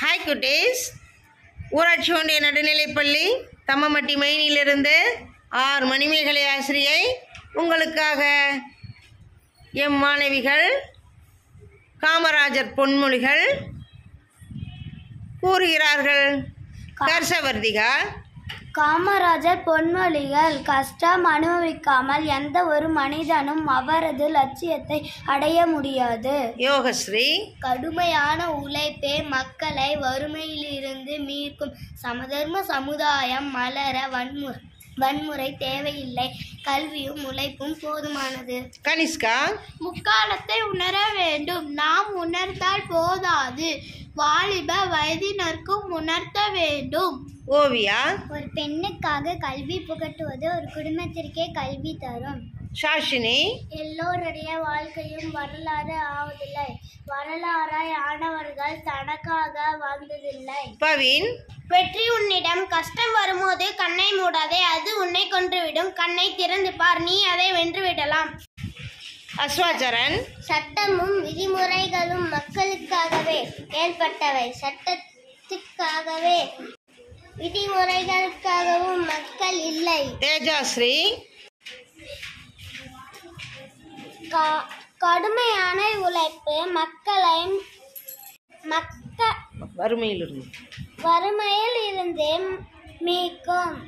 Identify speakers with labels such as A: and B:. A: hi குட்டீஸ் ஊராட்சி ஒன்றிய நடுநிலைப்பள்ளி தம்மமட்டி மெயினிலிருந்து ஆர் மணிமேகலை ஆசிரியை உங்களுக்காக எம் மாணவிகள் காமராஜர் பொன்மொழிகள் கூறுகிறார்கள் கர்சவர்த்திகா
B: காமராஜர் பொன்மொழிகள் கஷ்டம் அனுபவிக்காமல் எந்த ஒரு மனிதனும் அவரது லட்சியத்தை அடைய முடியாது
A: யோகஸ்ரீ
B: கடுமையான உழைப்பே மக்களை வறுமையிலிருந்து மீட்கும் சமதர்ம சமுதாயம் மலர வன்முறை வன்முறை தேவையில்லை கல்வியும் உழைப்பும் போதுமானது
A: கனிஷ்கா
B: முக்காலத்தை உணர வேண்டும் நாம் உணர்ந்தால் போதாது வாலிப வயதினருக்கும் உணர்த்த வேண்டும்
A: ஓவியா
B: ஒரு பெண்ணுக்காக கல்வி புகட்டுவது ஒரு குடும்பத்திற்கே கல்வி தரும்
A: சாஷினி
B: எல்லோருடைய வாழ்க்கையும் வரலாறு ஆவதில்லை வரலாறாய் ஆனவர்கள் தனக்காக வாழ்ந்ததில்லை
A: பவின்
B: வெற்றி உன்னிடம் கஷ்டம் வரும்போது கண்ணை மூடாதே அது உன்னை கொன்றுவிடும் கண்ணை திறந்து பார் நீ அதை வென்றுவிடலாம்
A: அஸ்வாச்சரன்
B: சட்டமும் விதிமுறைகளும் மக்களுக்காகவே ஏற்பட்டவை சட்டத்துக்காகவே விதிமுறைகளுக்காகவும் மக்கள் இல்லை
A: தேஜாஸ்ரீ
B: க- கடுமையான உழைப்பு மக்களை மக்க
A: வறுமையிலிருந்து
B: வறுமையில் இருந்து மீட்கும்